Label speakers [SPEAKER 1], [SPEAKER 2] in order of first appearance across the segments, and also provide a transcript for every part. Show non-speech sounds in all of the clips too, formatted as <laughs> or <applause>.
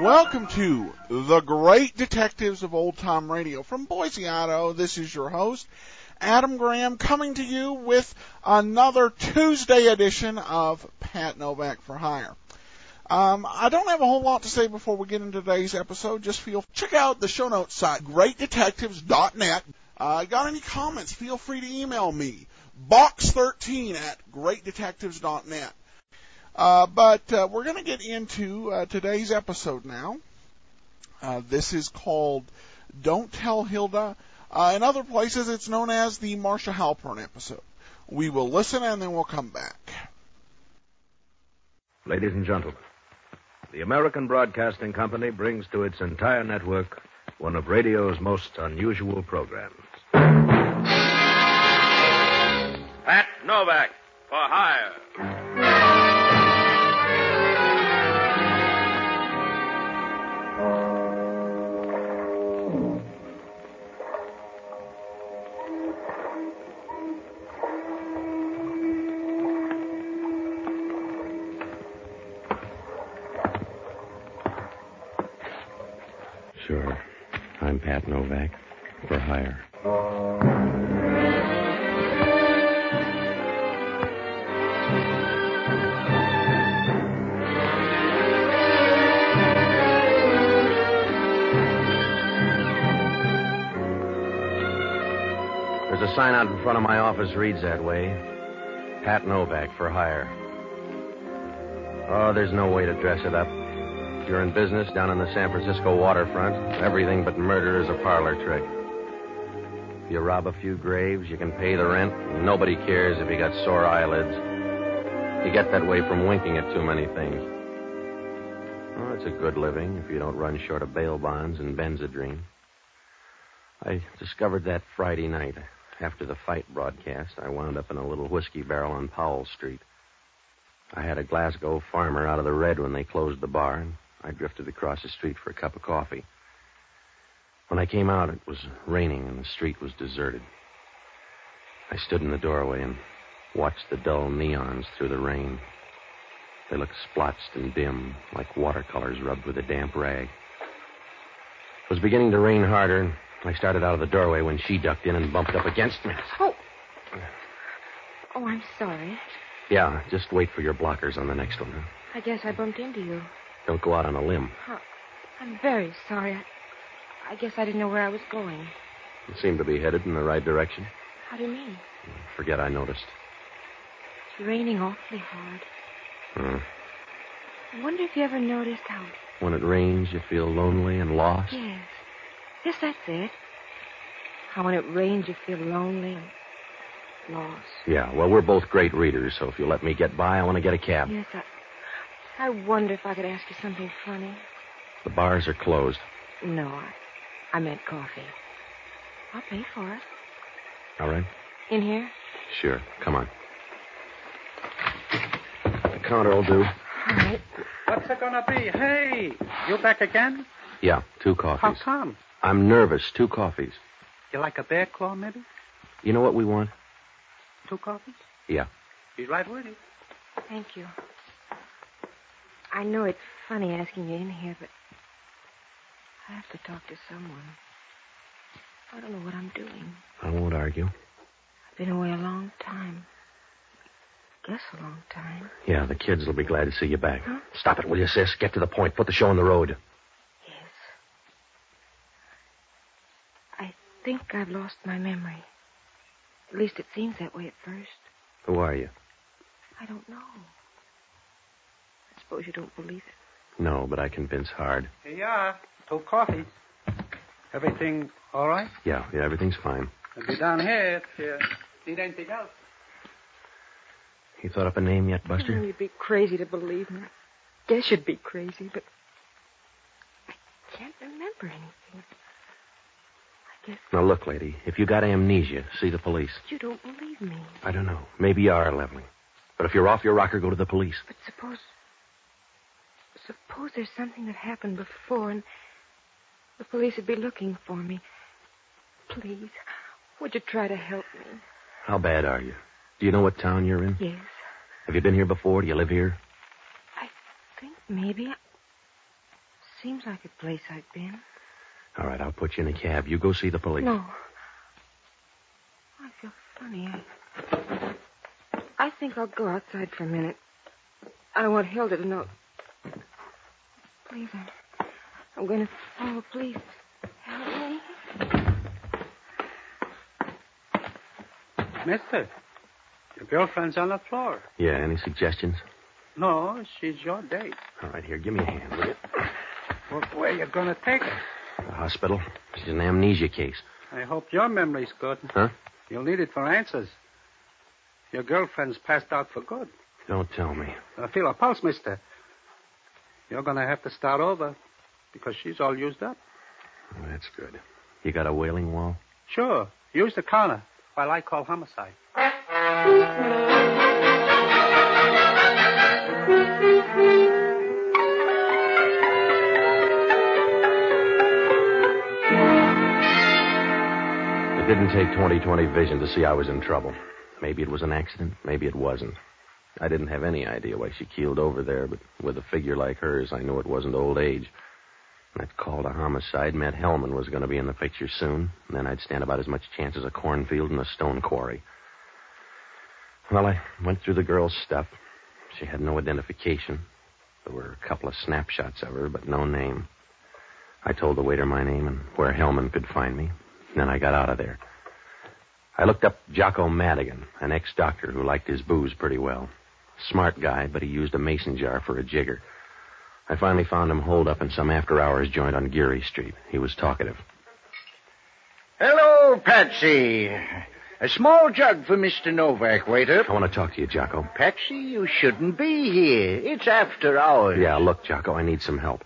[SPEAKER 1] Welcome to the Great Detectives of Old Time Radio from Boise, Idaho. This is your host, Adam Graham, coming to you with another Tuesday edition of Pat Novak for Hire. Um, I don't have a whole lot to say before we get into today's episode. Just feel check out the show notes site, greatdetectives.net. Uh, got any comments? Feel free to email me, box13 at greatdetectives.net. Uh, but uh, we're going to get into uh, today's episode now. Uh, this is called Don't Tell Hilda. Uh, in other places, it's known as the Marsha Halpern episode. We will listen and then we'll come back.
[SPEAKER 2] Ladies and gentlemen, the American Broadcasting Company brings to its entire network one of radio's most unusual programs. Pat Novak for Hire.
[SPEAKER 3] Sure. I'm Pat Novak. For hire.
[SPEAKER 2] There's a sign out in front of my office reads that way. Pat Novak for hire. Oh, there's no way to dress it up. If you're in business down on the San Francisco waterfront, everything but murder is a parlor trick. If you rob a few graves, you can pay the rent, and nobody cares if you got sore eyelids. You get that way from winking at too many things. Well, it's a good living if you don't run short of bail bonds and benzodrine. I discovered that Friday night. After the fight broadcast, I wound up in a little whiskey barrel on Powell Street. I had a Glasgow farmer out of the red when they closed the bar, and I drifted across the street for a cup of coffee. When I came out, it was raining and the street was deserted. I stood in the doorway and watched the dull neons through the rain. They looked splotched and dim, like watercolors rubbed with a damp rag. It was beginning to rain harder. I started out of the doorway when she ducked in and bumped up against me.
[SPEAKER 4] Oh. Oh, I'm sorry.
[SPEAKER 2] Yeah, just wait for your blockers on the next one. Huh?
[SPEAKER 4] I guess I bumped into you.
[SPEAKER 2] Don't go out on a limb.
[SPEAKER 4] I'm very sorry. I, I guess I didn't know where I was going.
[SPEAKER 2] You seem to be headed in the right direction.
[SPEAKER 4] How do you mean?
[SPEAKER 2] Forget I noticed.
[SPEAKER 4] It's raining awfully hard.
[SPEAKER 2] Hmm.
[SPEAKER 4] I wonder if you ever noticed how.
[SPEAKER 2] When it rains, you feel lonely and lost.
[SPEAKER 4] Yes. Yes, that's it. How when it rains, you feel lonely and lost.
[SPEAKER 2] Yeah, well, we're both great readers, so if you let me get by, I want to get a cab.
[SPEAKER 4] Yes, I. I wonder if I could ask you something funny.
[SPEAKER 2] The bars are closed.
[SPEAKER 4] No, I, I meant coffee. I'll pay for it.
[SPEAKER 2] All right?
[SPEAKER 4] In here?
[SPEAKER 2] Sure. Come on. The counter will do.
[SPEAKER 4] All right.
[SPEAKER 5] What's it gonna be? Hey, you back again?
[SPEAKER 2] Yeah, two
[SPEAKER 5] How
[SPEAKER 2] coffees.
[SPEAKER 5] come?
[SPEAKER 2] I'm nervous. Two coffees.
[SPEAKER 5] You like a bear claw, maybe?
[SPEAKER 2] You know what we want?
[SPEAKER 5] Two coffees?
[SPEAKER 2] Yeah.
[SPEAKER 5] Be right with you.
[SPEAKER 4] Thank you. I know it's funny asking you in here, but I have to talk to someone. I don't know what I'm doing.
[SPEAKER 2] I won't argue.
[SPEAKER 4] I've been away a long time. Guess a long time.
[SPEAKER 2] Yeah, the kids will be glad to see you back.
[SPEAKER 4] Huh?
[SPEAKER 2] Stop it, will you, sis? Get to the point. Put the show on the road.
[SPEAKER 4] Yes. I think I've lost my memory. At least it seems that way at first.
[SPEAKER 2] Who are you?
[SPEAKER 4] I don't know. I suppose you don't believe it.
[SPEAKER 2] No, but I convince hard.
[SPEAKER 5] Here you are. Two coffees. Everything all right?
[SPEAKER 2] Yeah, yeah, everything's fine.
[SPEAKER 5] I'll be down here if you need anything else.
[SPEAKER 2] You thought up a name yet,
[SPEAKER 4] Oh,
[SPEAKER 2] Buster?
[SPEAKER 4] You'd be crazy to believe me. I guess you'd be crazy, but I can't remember anything. I guess
[SPEAKER 2] Now look, lady, if you got amnesia, see the police.
[SPEAKER 4] you don't believe me.
[SPEAKER 2] I don't know. Maybe you are leveling. But if you're off your rocker, go to the police.
[SPEAKER 4] But suppose. Suppose there's something that happened before and the police would be looking for me. Please, would you try to help me?
[SPEAKER 2] How bad are you? Do you know what town you're in?
[SPEAKER 4] Yes.
[SPEAKER 2] Have you been here before? Do you live here?
[SPEAKER 4] I think maybe. Seems like a place I've been.
[SPEAKER 6] All right, I'll put you in a cab. You go see the police.
[SPEAKER 4] No. I feel funny. I- I think I'll go outside for a minute. I don't want Hilda to know. Please, I'm, I'm going to. Oh, please, help me.
[SPEAKER 5] Mister, your girlfriend's on the floor.
[SPEAKER 6] Yeah, any suggestions?
[SPEAKER 5] No, she's your date.
[SPEAKER 6] All right, here, give me a hand, will you?
[SPEAKER 5] Well, where you going to take her?
[SPEAKER 6] The hospital. She's an amnesia case.
[SPEAKER 5] I hope your memory's good.
[SPEAKER 6] Huh?
[SPEAKER 5] You'll need it for answers. Your girlfriend's passed out for good.
[SPEAKER 6] Don't tell me.
[SPEAKER 5] I feel a pulse, mister. You're going to have to start over because she's all used up.
[SPEAKER 6] Oh, that's good. You got a wailing wall?
[SPEAKER 5] Sure. Use the counter while I call homicide.
[SPEAKER 2] It didn't take 20 20 vision to see I was in trouble. Maybe it was an accident, maybe it wasn't. I didn't have any idea why she keeled over there, but with a figure like hers, I knew it wasn't old age. That call to homicide meant Hellman was going to be in the picture soon, and then I'd stand about as much chance as a cornfield in a stone quarry. Well, I went through the girl's stuff. She had no identification. There were a couple of snapshots of her, but no name. I told the waiter my name and where Hellman could find me. Then I got out of there. I looked up Jocko Madigan, an ex doctor who liked his booze pretty well. Smart guy, but he used a mason jar for a jigger. I finally found him holed up in some after hours joint on Geary Street. He was talkative.
[SPEAKER 7] Hello, Patsy. A small jug for Mr. Novak, waiter.
[SPEAKER 2] I want to talk to you, Jocko.
[SPEAKER 7] Patsy, you shouldn't be here. It's after hours.
[SPEAKER 2] Yeah, look, Jocko, I need some help.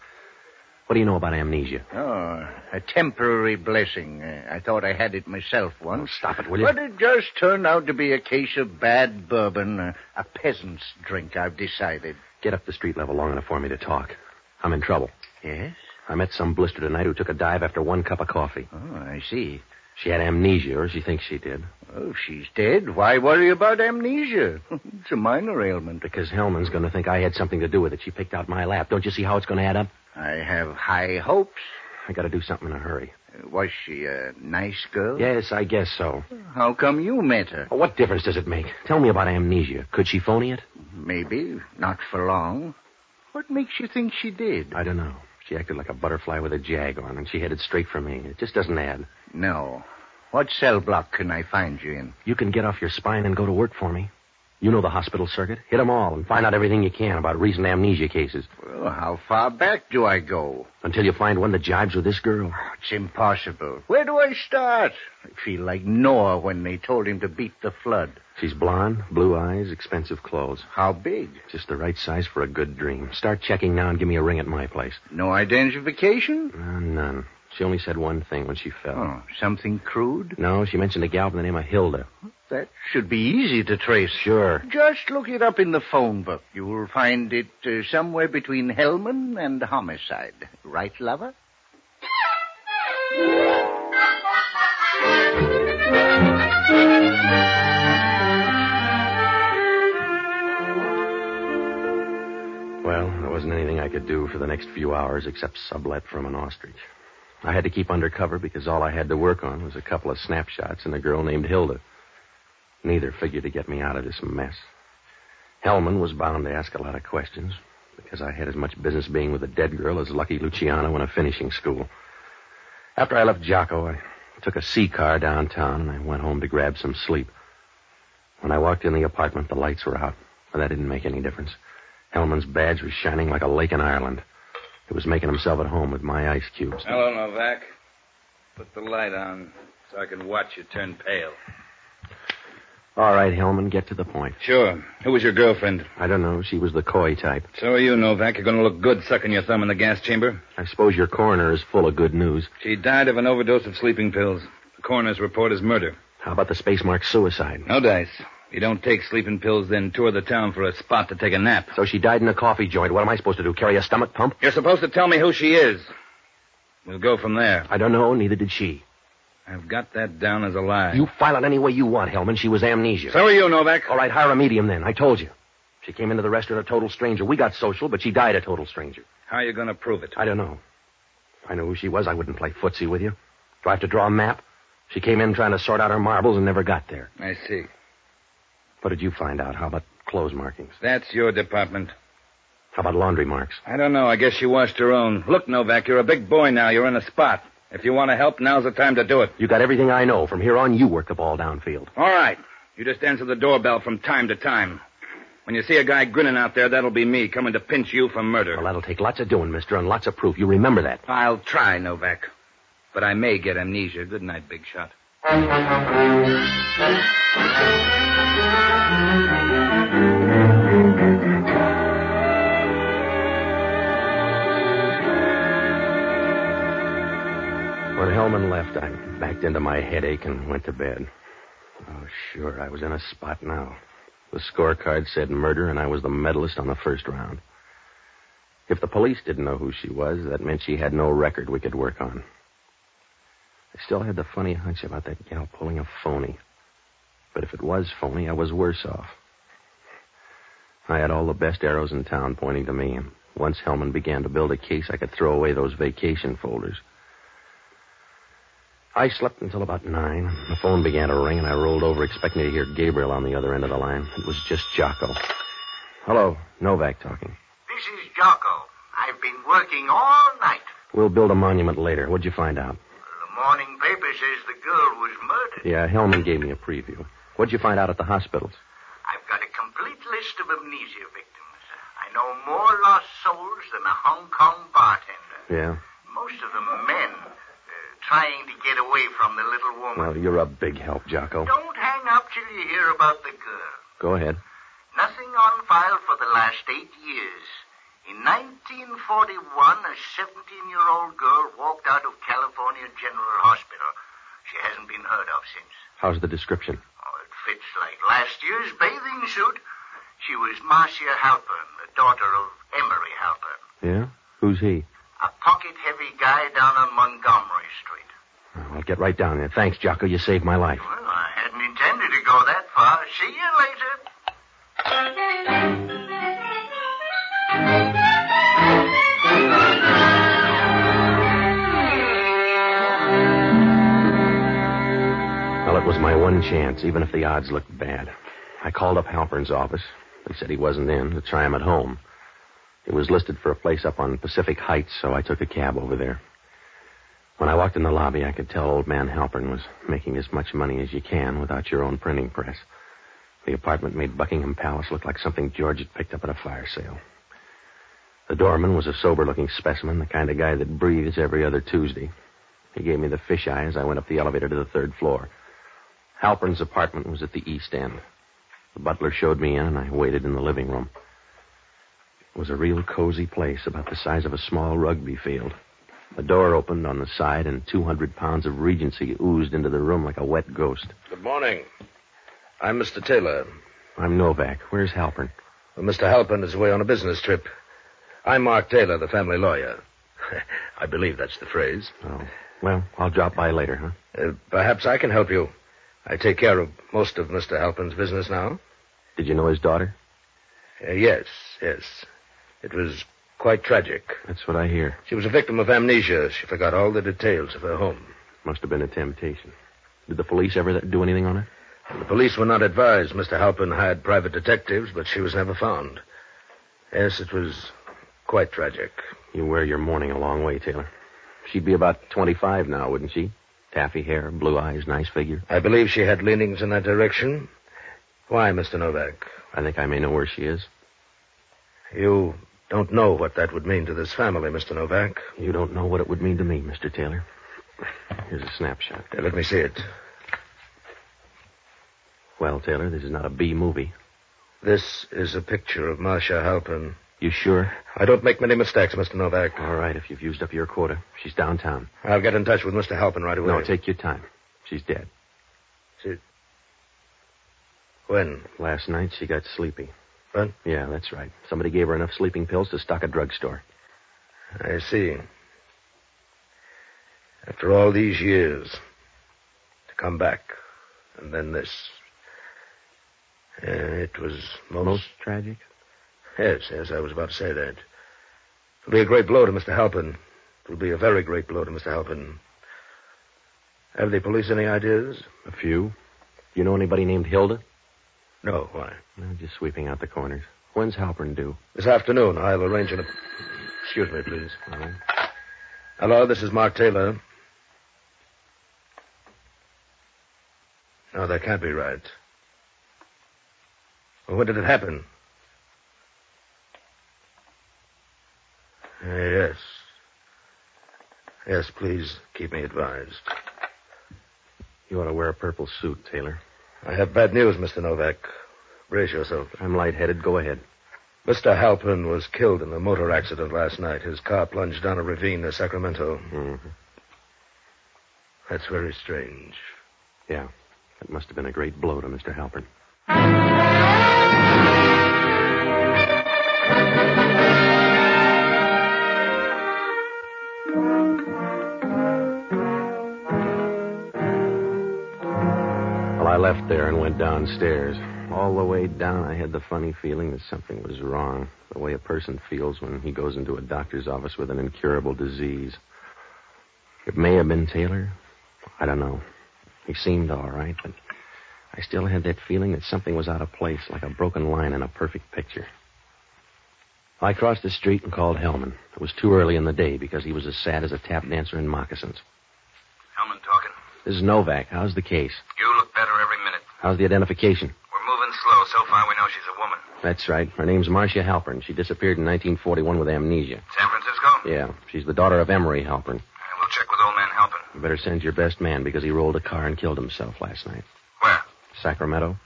[SPEAKER 2] What do you know about amnesia?
[SPEAKER 7] Oh, a temporary blessing. Uh, I thought I had it myself
[SPEAKER 2] Oh,
[SPEAKER 7] once.
[SPEAKER 2] stop it, will you?
[SPEAKER 7] But it just turned out to be a case of bad bourbon, uh, a peasant's drink, I've decided.
[SPEAKER 2] Get up the street level long enough for me to talk. I'm in trouble.
[SPEAKER 7] Yes?
[SPEAKER 2] I met some blister tonight who took a dive after one cup of coffee.
[SPEAKER 7] Oh, I see.
[SPEAKER 2] She had amnesia, or she thinks she did,
[SPEAKER 7] Oh, if she's dead, why worry about amnesia? <laughs> it's a minor ailment.
[SPEAKER 2] because Hellman's going to think I had something to do with it. She picked out my lap. Don't you see how it's going to add up?
[SPEAKER 7] I have high hopes.
[SPEAKER 2] I got to do something in a hurry.
[SPEAKER 7] Uh, Was she a nice girl?
[SPEAKER 2] Yes, I guess so.
[SPEAKER 7] How come you met her?
[SPEAKER 2] Well, What difference does it make? Tell me about amnesia. Could she phony it?
[SPEAKER 7] Maybe, not for long. What makes you think she did?
[SPEAKER 2] I don't know. She acted like a butterfly with a jag on, and she headed straight for me. It just doesn't add.
[SPEAKER 7] No. What cell block can I find you in?
[SPEAKER 2] You can get off your spine and go to work for me. You know the hospital circuit. Hit 'em all and find out everything you can about recent amnesia cases
[SPEAKER 7] Well, how far back do I go?
[SPEAKER 2] until you find one that jibes with this girl.
[SPEAKER 7] It's impossible. Where do I start? I feel like Noah when they told him to beat the flood.
[SPEAKER 2] She's blonde, blue eyes, expensive clothes.
[SPEAKER 7] How big?
[SPEAKER 2] Just the right size for a good dream. Start checking now and give me a ring at my place.
[SPEAKER 7] No identification?
[SPEAKER 2] Uh, none. She only said one thing when she fell.
[SPEAKER 7] Oh, something crude?
[SPEAKER 2] No, she mentioned a gal by the name of Hilda.
[SPEAKER 7] That should be easy to trace.
[SPEAKER 2] Sure.
[SPEAKER 7] Just look it up in the phone book. You will find it uh, somewhere between Hellman and homicide. Right, lover?
[SPEAKER 2] Well, there wasn't anything I could do for the next few hours except sublet from an ostrich. I had to keep under cover because all I had to work on was a couple of snapshots and a girl named Hilda. Neither figured to get me out of this mess. Hellman was bound to ask a lot of questions because I had as much business being with a dead girl as Lucky Luciano in a finishing school. After I left Jocko, I took a C car downtown and I went home to grab some sleep. When I walked in the apartment, the lights were out, but that didn't make any difference. Hellman's badge was shining like a lake in Ireland. He was making himself at home with my ice cubes.
[SPEAKER 8] Hello, Novak. Put the light on so I can watch you turn pale.
[SPEAKER 2] All right, Hellman, get to the point.
[SPEAKER 8] Sure. Who was your girlfriend?
[SPEAKER 2] I don't know. She was the coy type.
[SPEAKER 8] So are you, Novak. You're going to look good sucking your thumb in the gas chamber.
[SPEAKER 2] I suppose your coroner is full of good news.
[SPEAKER 8] She died of an overdose of sleeping pills. The coroner's report is murder.
[SPEAKER 2] How about the space mark suicide?
[SPEAKER 8] No dice. You don't take sleeping pills, then tour the town for a spot to take a nap.
[SPEAKER 2] So she died in a coffee joint. What am I supposed to do? Carry a stomach pump?
[SPEAKER 8] You're supposed to tell me who she is. We'll go from there.
[SPEAKER 2] I don't know. Neither did she.
[SPEAKER 8] I've got that down as a lie.
[SPEAKER 2] You file it any way you want, Hellman. She was amnesia.
[SPEAKER 8] So are you, Novak.
[SPEAKER 2] All right, hire a medium then. I told you. She came into the restaurant a total stranger. We got social, but she died a total stranger.
[SPEAKER 8] How are you going to prove it?
[SPEAKER 2] I don't know. If I knew who she was, I wouldn't play footsie with you. Do I have to draw a map? She came in trying to sort out her marbles and never got there.
[SPEAKER 8] I see.
[SPEAKER 2] What did you find out? How about clothes markings?
[SPEAKER 8] That's your department.
[SPEAKER 2] How about laundry marks?
[SPEAKER 8] I don't know. I guess she washed her own. Look, Novak, you're a big boy now. You're in a spot. If you want to help, now's the time to do it.
[SPEAKER 2] You got everything I know. From here on, you work the ball downfield.
[SPEAKER 8] All right. You just answer the doorbell from time to time. When you see a guy grinning out there, that'll be me coming to pinch you for murder.
[SPEAKER 2] Well, that'll take lots of doing, mister, and lots of proof. You remember that.
[SPEAKER 8] I'll try, Novak. But I may get amnesia. Good night, Big Shot.
[SPEAKER 2] When Hellman left, I backed into my headache and went to bed. Oh, sure, I was in a spot now. The scorecard said murder, and I was the medalist on the first round. If the police didn't know who she was, that meant she had no record we could work on. I still had the funny hunch about that gal pulling a phony. But if it was phony, I was worse off. I had all the best arrows in town pointing to me, and once Hellman began to build a case, I could throw away those vacation folders. I slept until about nine. The phone began to ring, and I rolled over expecting to hear Gabriel on the other end of the line. It was just Jocko. Hello, Novak talking.
[SPEAKER 7] This is Jocko. I've been working all night.
[SPEAKER 2] We'll build a monument later. What'd you find out?
[SPEAKER 7] The morning paper says the girl was murdered.
[SPEAKER 2] Yeah, Hellman gave me a preview. What'd you find out at the hospitals?
[SPEAKER 7] I've got a complete list of amnesia victims. I know more lost souls than a Hong Kong bartender.
[SPEAKER 2] Yeah.
[SPEAKER 7] Most of them are men uh, trying to get away from the little woman.
[SPEAKER 2] Well, you're a big help, Jocko.
[SPEAKER 7] Don't hang up till you hear about the girl.
[SPEAKER 2] Go ahead.
[SPEAKER 7] Nothing on file for the last eight years. In 1941, a 17 year old girl walked out of California General Hospital. She hasn't been heard of since.
[SPEAKER 2] How's the description?
[SPEAKER 7] Oh, it fits like last year's bathing suit. She was Marcia Halpern, the daughter of Emery Halpern,
[SPEAKER 2] Yeah? Who's he?
[SPEAKER 7] a pocket heavy guy down on Montgomery Street.
[SPEAKER 2] Oh, I'll get right down there. Thanks, Jocko. You saved my life.
[SPEAKER 7] Well, I hadn't intended to go that far. See you later.
[SPEAKER 2] Well, it was my one chance, even if the odds looked bad. I called up Halpern's office. They said he wasn't in to try him at home. He was listed for a place up on Pacific Heights, so I took a cab over there. When I walked in the lobby, I could tell old man Halpern was making as much money as you can without your own printing press. The apartment made Buckingham Palace look like something George had picked up at a fire sale. The doorman was a sober looking specimen, the kind of guy that breathes every other Tuesday. He gave me the fish eye as I went up the elevator to the third floor. Halpern's apartment was at the east end. The butler showed me in, and I waited in the living room. It was a real cozy place, about the size of a small rugby field. The door opened on the side, and 200 pounds of Regency oozed into the room like a wet ghost.
[SPEAKER 9] Good morning. I'm Mr. Taylor.
[SPEAKER 2] I'm Novak. Where's Halpern?
[SPEAKER 9] Well, Mr. Halpin is away on a business trip. I'm Mark Taylor, the family lawyer. <laughs> I believe that's the phrase.
[SPEAKER 2] Oh, well, I'll drop by later, huh?
[SPEAKER 9] Uh, perhaps I can help you. I take care of most of Mr. Halpin's business now.
[SPEAKER 2] Did you know his daughter?
[SPEAKER 9] Uh, yes, yes. It was quite tragic.
[SPEAKER 2] That's what I hear.
[SPEAKER 9] She was a victim of amnesia. She forgot all the details of her home.
[SPEAKER 2] Must have been a temptation. Did the police ever do anything on her?
[SPEAKER 9] And the police were not advised. Mr. Halpin hired private detectives, but she was never found. Yes, it was quite tragic.
[SPEAKER 2] You wear your mourning a long way, Taylor. She'd be about 25 now, wouldn't she? Taffy hair, blue eyes, nice figure.
[SPEAKER 9] I believe she had leanings in that direction. Why, Mr. Novak?
[SPEAKER 2] I think I may know where she is.
[SPEAKER 9] You don't know what that would mean to this family, Mr. Novak.
[SPEAKER 2] You don't know what it would mean to me, Mr. Taylor. Here's a snapshot.
[SPEAKER 9] There, let me see it.
[SPEAKER 2] Well, Taylor, this is not a B movie.
[SPEAKER 9] This is a picture of Marcia Halpin.
[SPEAKER 2] You sure?
[SPEAKER 9] I don't make many mistakes, Mr. Novak.
[SPEAKER 2] All right, if you've used up your quota. She's downtown.
[SPEAKER 9] I'll get in touch with Mr. Halpin right away.
[SPEAKER 2] No, take your time. She's dead.
[SPEAKER 9] When?
[SPEAKER 2] Last night she got sleepy.
[SPEAKER 9] What?
[SPEAKER 2] Yeah, that's right. Somebody gave her enough sleeping pills to stock a drugstore.
[SPEAKER 9] I see. After all these years, to come back, and then this. Uh, it was most,
[SPEAKER 2] Most tragic?
[SPEAKER 9] Yes, yes, I was about to say that. It'll be a great blow to Mr. Halpin.
[SPEAKER 10] It'll be a very great blow to Miss Alvin. Have the police any ideas?
[SPEAKER 2] A few. You know anybody named Hilda?
[SPEAKER 10] No. Why?
[SPEAKER 2] I'm just sweeping out the corners. When's Halpern due?
[SPEAKER 10] This afternoon, I'll arrange an. Excuse me, please.
[SPEAKER 2] All right.
[SPEAKER 10] Hello, this is Mark Taylor. No, that can't be right. Well, when did it happen? Uh, yes. Yes, please keep me advised.
[SPEAKER 2] You ought to wear a purple suit, Taylor.
[SPEAKER 10] I have bad news, Mr. Novak. Brace yourself.
[SPEAKER 2] I'm lightheaded. Go ahead.
[SPEAKER 10] Mr. Halpin was killed in a motor accident last night. His car plunged down a ravine near Sacramento.
[SPEAKER 2] Mm-hmm.
[SPEAKER 10] That's very strange.
[SPEAKER 2] Yeah. That must have been a great blow to Mr. Halpern. Well, I left there and went downstairs. All the way down, I had the funny feeling that something was wrong. The way a person feels when he goes into a doctor's office with an incurable disease. It may have been Taylor. I don't know. He seemed all right, but I still had that feeling that something was out of place, like a broken line in a perfect picture. I crossed the street and called Hellman. It was too early in the day because he was as sad as a tap dancer in moccasins.
[SPEAKER 7] Hellman talking.
[SPEAKER 2] This is Novak. How's the case?
[SPEAKER 7] You look better every minute.
[SPEAKER 2] How's the identification?
[SPEAKER 7] We're moving slow. So far, we know she's a woman.
[SPEAKER 2] That's right. Her name's Marcia Halpern. She disappeared in 1941 with amnesia.
[SPEAKER 7] San Francisco?
[SPEAKER 2] Yeah, she's the daughter of Emery Halpern.
[SPEAKER 7] Uh, We'll check with old man Halpin.
[SPEAKER 2] You better send your best man because he rolled a car and killed himself last night.
[SPEAKER 7] Where?
[SPEAKER 2] Sacramento?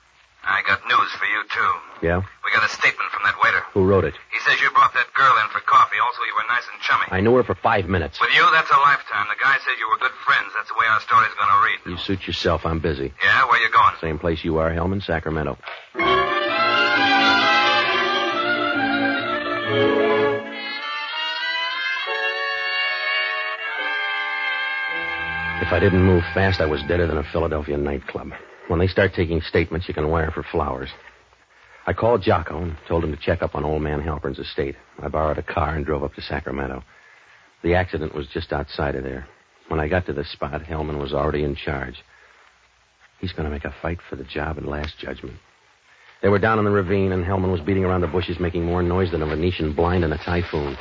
[SPEAKER 7] I got news for you, too.
[SPEAKER 2] Yeah?
[SPEAKER 7] We got a statement from that waiter.
[SPEAKER 2] Who wrote it?
[SPEAKER 7] He says you brought that girl in for coffee. Also, you were nice and chummy.
[SPEAKER 2] I knew her for five minutes.
[SPEAKER 7] With you, that's a lifetime. The guy says you were good friends. That's the way our story's going to read.
[SPEAKER 2] You suit yourself. I'm busy.
[SPEAKER 7] Yeah, where you going?
[SPEAKER 2] Same place you are, Hellman, Sacramento. If I didn't move fast, I was deader than a Philadelphia nightclub. When they start taking statements, you can wire for flowers. I called Jocko and told him to check up on old man Halpern's estate. I borrowed a car and drove up to Sacramento. The accident was just outside of there. When I got to the spot, Hellman was already in charge. He's going to make a fight for the job at last judgment. They were down in the ravine, and Hellman was beating around the bushes, making more noise than a Venetian blind in a typhoon.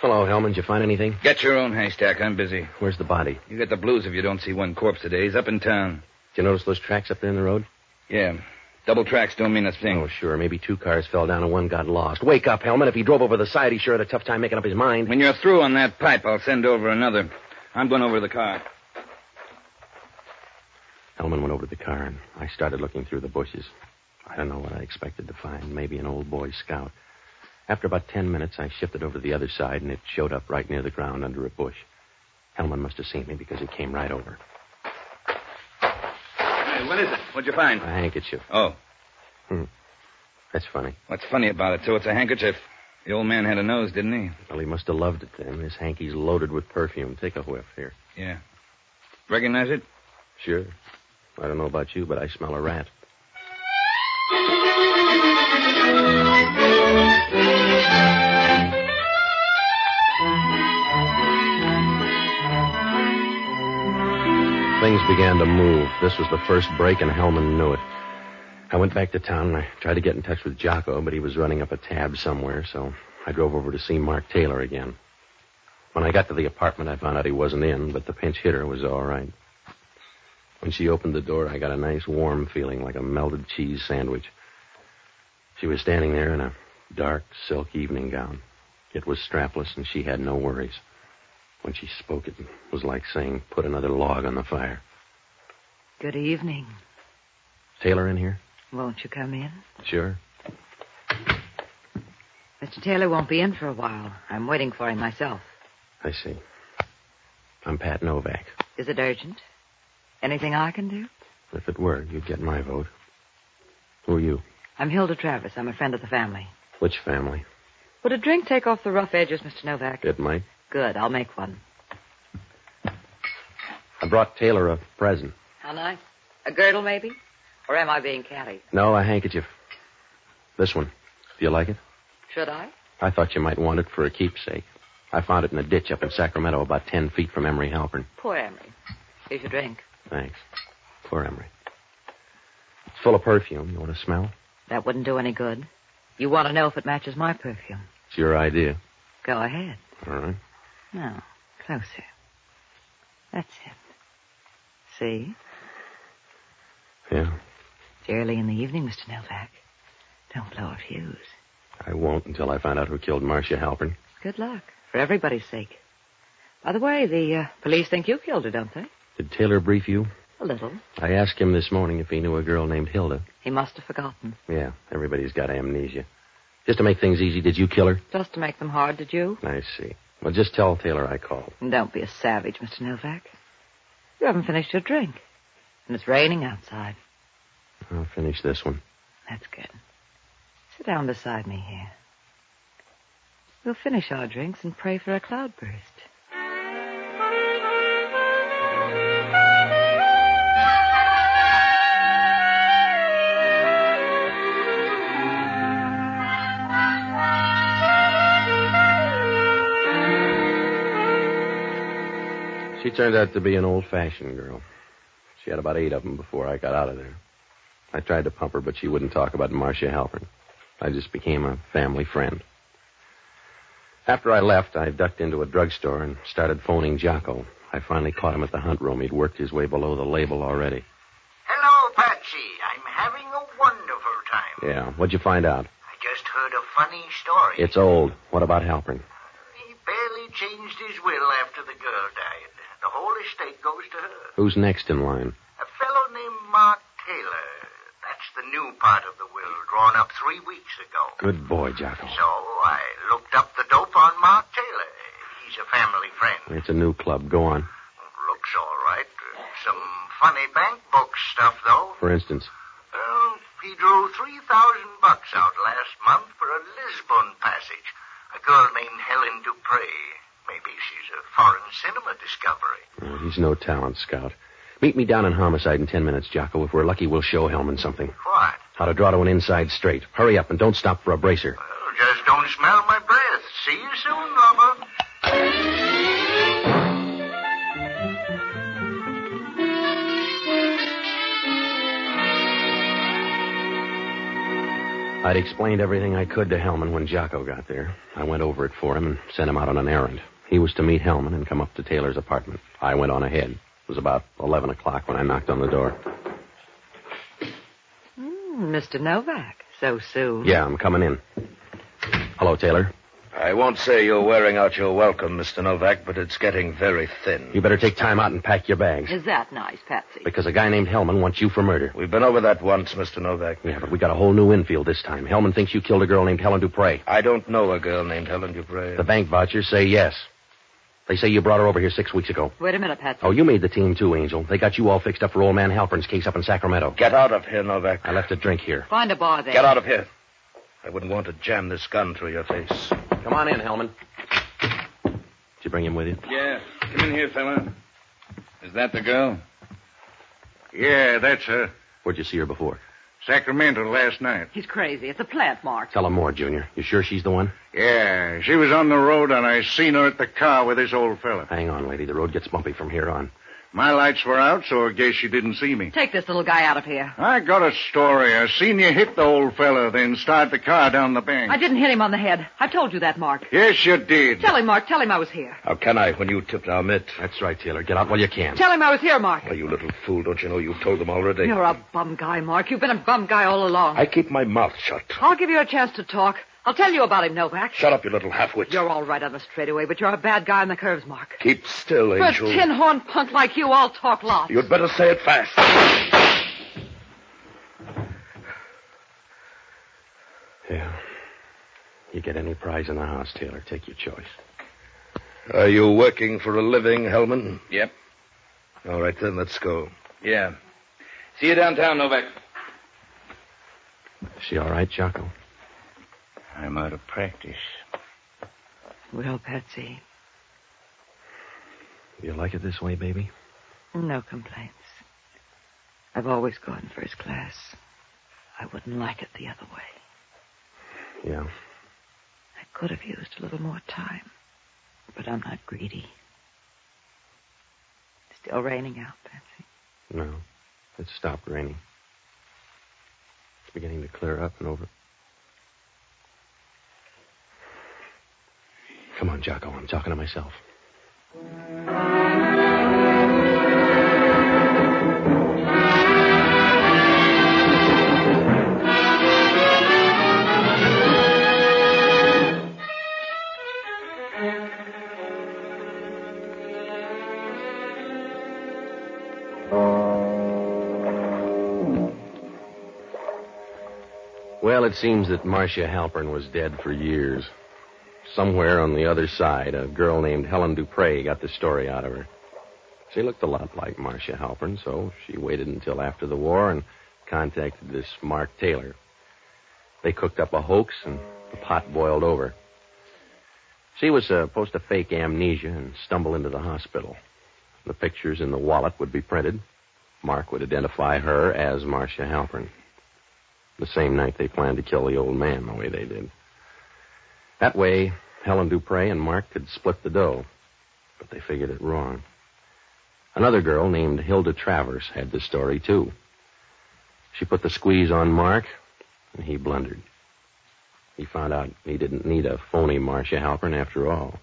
[SPEAKER 2] Hello, Hellman. Did you find anything?
[SPEAKER 8] Get your own haystack. I'm busy.
[SPEAKER 2] Where's the body? Did
[SPEAKER 8] You get the blues if you don't see one corpse today. He's up in town.
[SPEAKER 2] you notice those tracks up there in the road?
[SPEAKER 8] Yeah. Double tracks don't mean a thing.
[SPEAKER 2] Oh, sure. Maybe two cars fell down and one got lost. Wake up, Hellman. If he drove over the side, he sure had a tough time making up his mind.
[SPEAKER 8] When you're through on that pipe, I'll send over another. I'm going over to the car.
[SPEAKER 2] Hellman went over to the car, and I started looking through the bushes. I don't know what I expected to find. Maybe an old boy scout. After about ten minutes, I shifted over to the other side, and it showed up right near the ground under a bush. Hellman must have seen me because he came right over.
[SPEAKER 8] Hey, what is it? What'd you find?
[SPEAKER 2] A handkerchief.
[SPEAKER 8] Oh,
[SPEAKER 2] That's funny.
[SPEAKER 8] what's funny about it? So it's a handkerchief. The old man had a nose, didn't
[SPEAKER 2] Well, he must have loved it then. This hanky's loaded with perfume. Take a whiff here.
[SPEAKER 8] he? Yeah. Recognize it?
[SPEAKER 2] Sure. I don't know about you, but I smell a rat. Things began to move. This was the first break, and Hellman knew it. I went back to town and I tried to get in touch with Jocko, but he was running up a tab somewhere, so I drove over to see Mark Taylor again. When I got to the apartment, I found out he wasn't in, but the pinch hitter was all right. When she opened the door, I got a nice warm feeling like a melted cheese sandwich. She was standing there in a dark silk evening gown. It was strapless, and she had no worries. When she spoke, it was like saying, Put another log on the fire.
[SPEAKER 11] Good evening.
[SPEAKER 2] Taylor in here?
[SPEAKER 11] Won't you come in?
[SPEAKER 2] Sure.
[SPEAKER 11] Mr. Taylor won't be in for a while. I'm waiting for him myself.
[SPEAKER 2] I see. I'm Pat Novak.
[SPEAKER 11] Is it urgent? Anything I can do?
[SPEAKER 2] If it were, you'd get my vote. Who are you?
[SPEAKER 11] I'm Hilda Travis. I'm a friend of the family.
[SPEAKER 2] Which family?
[SPEAKER 11] Would a drink take off the rough edges, Mr. Novak?
[SPEAKER 2] It might.
[SPEAKER 11] Good. I'll make one.
[SPEAKER 2] I brought Taylor a present.
[SPEAKER 11] How nice. A girdle, maybe? Or am I being catty?
[SPEAKER 2] No, a handkerchief. This one. Do you like it?
[SPEAKER 11] Should I?
[SPEAKER 2] I thought you might want it for a keepsake. I found it in a ditch up in Sacramento, about ten feet from Emery Halpern.
[SPEAKER 11] Poor Emery. Here's your drink.
[SPEAKER 2] Thanks. Poor Emery. It's full of perfume. You want to smell?
[SPEAKER 11] That wouldn't do any good. You want to know if it matches my perfume.
[SPEAKER 2] It's your idea.
[SPEAKER 11] Go ahead.
[SPEAKER 2] All right.
[SPEAKER 11] No, closer. That's it. See?
[SPEAKER 2] Yeah.
[SPEAKER 11] It's early in the evening, Mr. Novak. Don't blow a fuse.
[SPEAKER 2] I won't until I find out who killed Marcia Halpern.
[SPEAKER 11] Good luck, for everybody's sake. By the way, the uh, police think you killed her, don't they?
[SPEAKER 2] Did Taylor brief you?
[SPEAKER 11] A little.
[SPEAKER 2] I asked him this morning if he knew a girl named Hilda.
[SPEAKER 11] He must have forgotten.
[SPEAKER 2] Yeah, everybody's got amnesia. Just to make things easy, did you kill her?
[SPEAKER 11] Just to make them hard, did you?
[SPEAKER 2] I see. Well, just tell Taylor I called.
[SPEAKER 11] And don't be a savage, Mr. Novak. You haven't finished your drink. And it's raining outside.
[SPEAKER 2] I'll finish this one.
[SPEAKER 11] That's good. Sit down beside me here. We'll finish our drinks and pray for a cloudburst.
[SPEAKER 2] She turned out to be an old fashioned girl. She had about eight of them before I got out of there. I tried to pump her, but she wouldn't talk about Marcia Halpern. I just became a family friend. After I left, I ducked into a drugstore and started phoning Jocko. I finally caught him at the hunt room. He'd worked his way below the label already.
[SPEAKER 7] Hello, Patsy. I'm having a wonderful time.
[SPEAKER 2] Yeah, what'd you find out?
[SPEAKER 7] I just heard a funny story.
[SPEAKER 2] It's old. What about Halpern?
[SPEAKER 7] He barely changed his will after the girl died. The whole estate goes to her.
[SPEAKER 2] Who's next in line?
[SPEAKER 7] A fellow named Mark Taylor. That's the new part of the will drawn up three weeks ago.
[SPEAKER 2] Good boy, Jocko.
[SPEAKER 7] So I looked up the dope on Mark Taylor. He's a family friend.
[SPEAKER 2] It's a new club. Go on.
[SPEAKER 7] Looks all right. Some funny bank book stuff, though.
[SPEAKER 2] For instance,
[SPEAKER 7] Well, he drew 3,000 bucks out last month for a Lisbon passage. A girl named Helen Dupre. Maybe she's a foreign cinema discovery.
[SPEAKER 2] uh, he's no talent scout. Meet me down in homicide in ten minutes, Jocko. If we're lucky, we'll show Hellman something.
[SPEAKER 7] What?
[SPEAKER 2] How to draw to an inside straight. Hurry up and don't stop for a bracer.
[SPEAKER 7] Well, just don't smell my breath. See you soon, lover.
[SPEAKER 2] I'd explained everything I could to Hellman when Jocko got there. I went over it for him and sent him out on an errand. He was to meet Hellman and come up to Taylor's apartment. I went on ahead. It was about 11 o'clock when I knocked on the door.
[SPEAKER 11] Mm, Mr. Novak, so soon.
[SPEAKER 2] Yeah, I'm coming in. Hello, Taylor.
[SPEAKER 10] I won't say you're wearing out your welcome, Mr. Novak, but it's getting very thin.
[SPEAKER 2] You better take time out and pack your bags.
[SPEAKER 11] Is that nice, Patsy?
[SPEAKER 2] Because a guy named Hellman wants you for murder.
[SPEAKER 10] We've been over that once, Mr. Novak.
[SPEAKER 2] Yeah, but we got a whole new infield this time. Hellman thinks you killed a girl named Helen Dupre.
[SPEAKER 10] I don't know a girl named Helen Dupre.
[SPEAKER 2] The bank vouchers say yes. They say you brought her over here six weeks ago.
[SPEAKER 11] Wait a minute, Patsy.
[SPEAKER 2] Oh, you made the team too, Angel. They got you all fixed up for old man Halpern's case up in Sacramento.
[SPEAKER 10] Get out of here, Novak.
[SPEAKER 2] I left a drink here.
[SPEAKER 11] Find a bar there.
[SPEAKER 10] Get out of here. I wouldn't want to jam this gun through your face.
[SPEAKER 2] Come on in, Hellman. Did you bring him with you?
[SPEAKER 8] Yeah. Come in here, fella. Is that the girl?
[SPEAKER 5] Yeah, that's her.
[SPEAKER 2] Where'd you see her before?
[SPEAKER 5] Sacramento last night.
[SPEAKER 11] He's crazy. It's a plant, Mark.
[SPEAKER 2] Tell him more, Junior. You sure she's the one?
[SPEAKER 5] Yeah, she was on the road and I seen her at the car with this old fella.
[SPEAKER 2] Hang on, lady. The road gets bumpy from here on.
[SPEAKER 5] My lights were out, so I guess she didn't see me.
[SPEAKER 11] Take this little guy out of here.
[SPEAKER 5] I got a story. I seen you hit the old fella, then start the car down the bank.
[SPEAKER 11] I didn't hit him on the head. I told you that, Mark.
[SPEAKER 5] Yes, you did.
[SPEAKER 11] Tell him, Mark. Tell him I was here.
[SPEAKER 10] How can I when you tipped our mitt?
[SPEAKER 2] That's right, Taylor. Get out while you can.
[SPEAKER 11] Tell him I was here, Mark.
[SPEAKER 10] Oh, you little fool. Don't you know you've told them already?
[SPEAKER 11] You're a bum guy, Mark. You've been a bum guy all along.
[SPEAKER 10] I keep my mouth shut.
[SPEAKER 11] I'll give you a chance to talk. I'll tell you about him, Novak.
[SPEAKER 10] Shut up, you little halfwit.
[SPEAKER 11] You're all right on the straightaway, but you're a bad guy on the curves, Mark.
[SPEAKER 10] Keep still,
[SPEAKER 11] For a
[SPEAKER 10] Angel.
[SPEAKER 11] tin-horn punk like you, I'll talk lots.
[SPEAKER 10] You'd better say it fast.
[SPEAKER 2] Yeah. You get any prize in the house, Taylor. Take your choice.
[SPEAKER 10] Are you working for a living, Hellman?
[SPEAKER 8] Yep.
[SPEAKER 10] All right, then, let's go.
[SPEAKER 8] Yeah. See you downtown, Novak.
[SPEAKER 2] Is she all right, Jocko?
[SPEAKER 12] I'm out of practice.
[SPEAKER 11] Well, Patsy,
[SPEAKER 2] You like it this way, baby?
[SPEAKER 11] no complaints. I've always gone first class. I wouldn't like it the other way.
[SPEAKER 2] Yeah.
[SPEAKER 11] I could have used a little more time. but I'm not greedy. Still raining out, Patsy.
[SPEAKER 2] No. It stopped raining. It's beginning to clear up and over. Come on, Jocko. I'm talking to myself. Well, it seems that Marcia Halpern was dead for years. Somewhere on the other side, a girl named Helen Dupre got the story out of her. She looked a lot like Marcia Halpern, so she waited until after the war and contacted this Mark Taylor. They cooked up a hoax and the pot boiled over. She was supposed to fake amnesia and stumble into the hospital. The pictures in the wallet would be printed. Mark would identify her as Marcia Halpern the same night they planned to kill the old man the way they did. That way, Helen Dupre and Mark could split the dough, but they figured it wrong. Another girl named Hilda Travers had the story, too. She put the squeeze on Mark, and he blundered. He found out he didn't need a phony Marcia Halpern after all.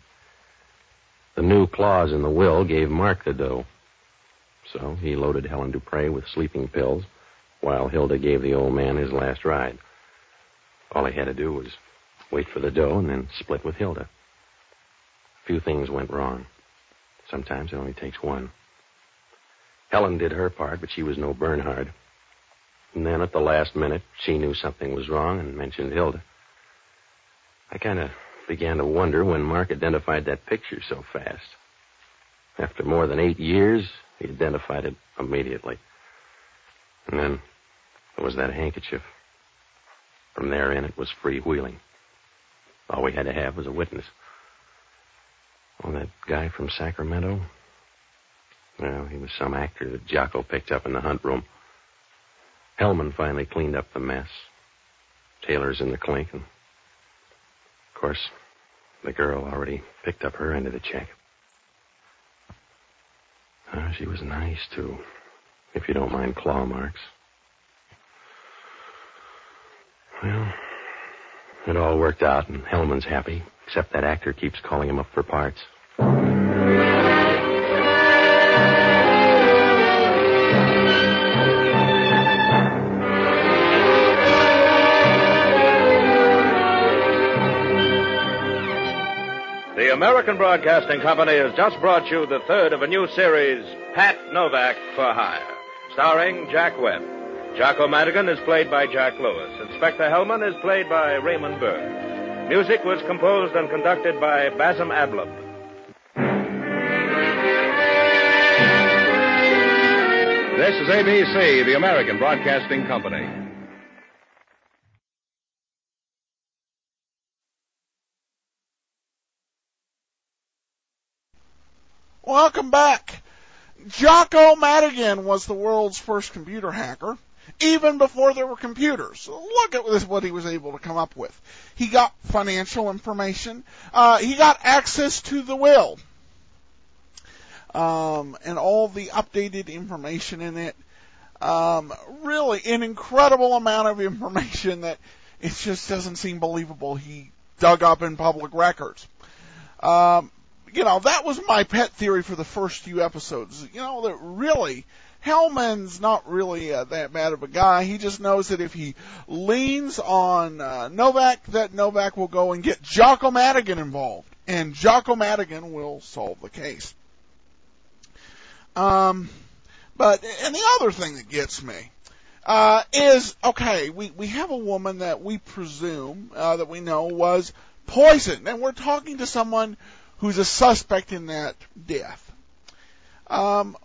[SPEAKER 2] The new clause in the will gave Mark the dough. So he loaded Helen Dupre with sleeping pills while Hilda gave the old man his last ride. All he had to do was wait for the dough and then split with Hilda. A few things went wrong. Sometimes it only takes one. Helen did her part, but she was no Bernhard. And then at the last minute, she knew something was wrong and mentioned Hilda. I kind of began to wonder when Mark identified that picture so fast. After more than eight years, he identified it immediately. And then there was that handkerchief. From there in, it was freewheeling. All we had to have was a witness. Oh, that guy from Sacramento? Well, he was some actor that Jocko picked up in the hunt room. Hellman finally cleaned up the mess. Taylor's in the clink, and of course, the girl already picked up her end of the check. Oh, she was nice, too if you don't mind claw marks. Well, it all worked out, and Hellman's happy, except that actor keeps calling him up for parts.
[SPEAKER 13] The American Broadcasting Company has just brought you the third of a new series, Pat Novak for Hire starring Jack Webb. Jocko Madigan is played by Jack Lewis. Inspector Hellman is played by Raymond Burr. Music was composed and conducted by Basim Ablab.
[SPEAKER 14] This is ABC, the American Broadcasting Company.
[SPEAKER 1] Welcome back. Jocko Madigan was the world's first computer hacker, even before there were computers. Look at what he was able to come up with. He got financial information. Uh, he got access to the will um, and all the updated information in it. Um, really, an incredible amount of information that it just doesn't seem believable he dug up in public records. Um, you know, that was my pet theory for the first few episodes. You know, that really, Hellman's not really uh, that bad of a guy. He just knows that if he leans on uh, Novak, that Novak will go and get Jocko Madigan involved, and Jocko Madigan will solve the case. Um, but, and the other thing that gets me, uh, is, okay, we, we have a woman that we presume, uh, that we know was poisoned, and we're talking to someone who's a suspect in that death. Um,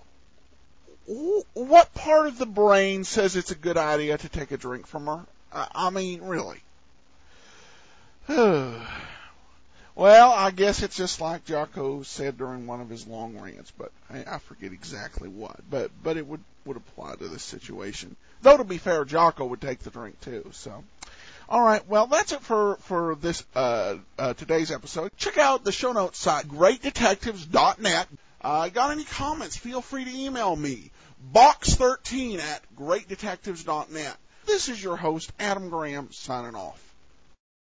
[SPEAKER 1] what part of the brain says it's a good idea to take a drink from her? Uh, I mean, really. <sighs> well, I guess it's just like Jocko said during one of his long rants, but I, I forget exactly what. But but it would would apply to this situation. Though to be fair, Jocko would take the drink too. So, All right. Well, that's it for for this uh, uh, today's episode. Check out the show notes site, greatdetectives.net. Uh, got any comments? Feel free to email me, box13 at greatdetectives.net. This is your host, Adam Graham, signing off.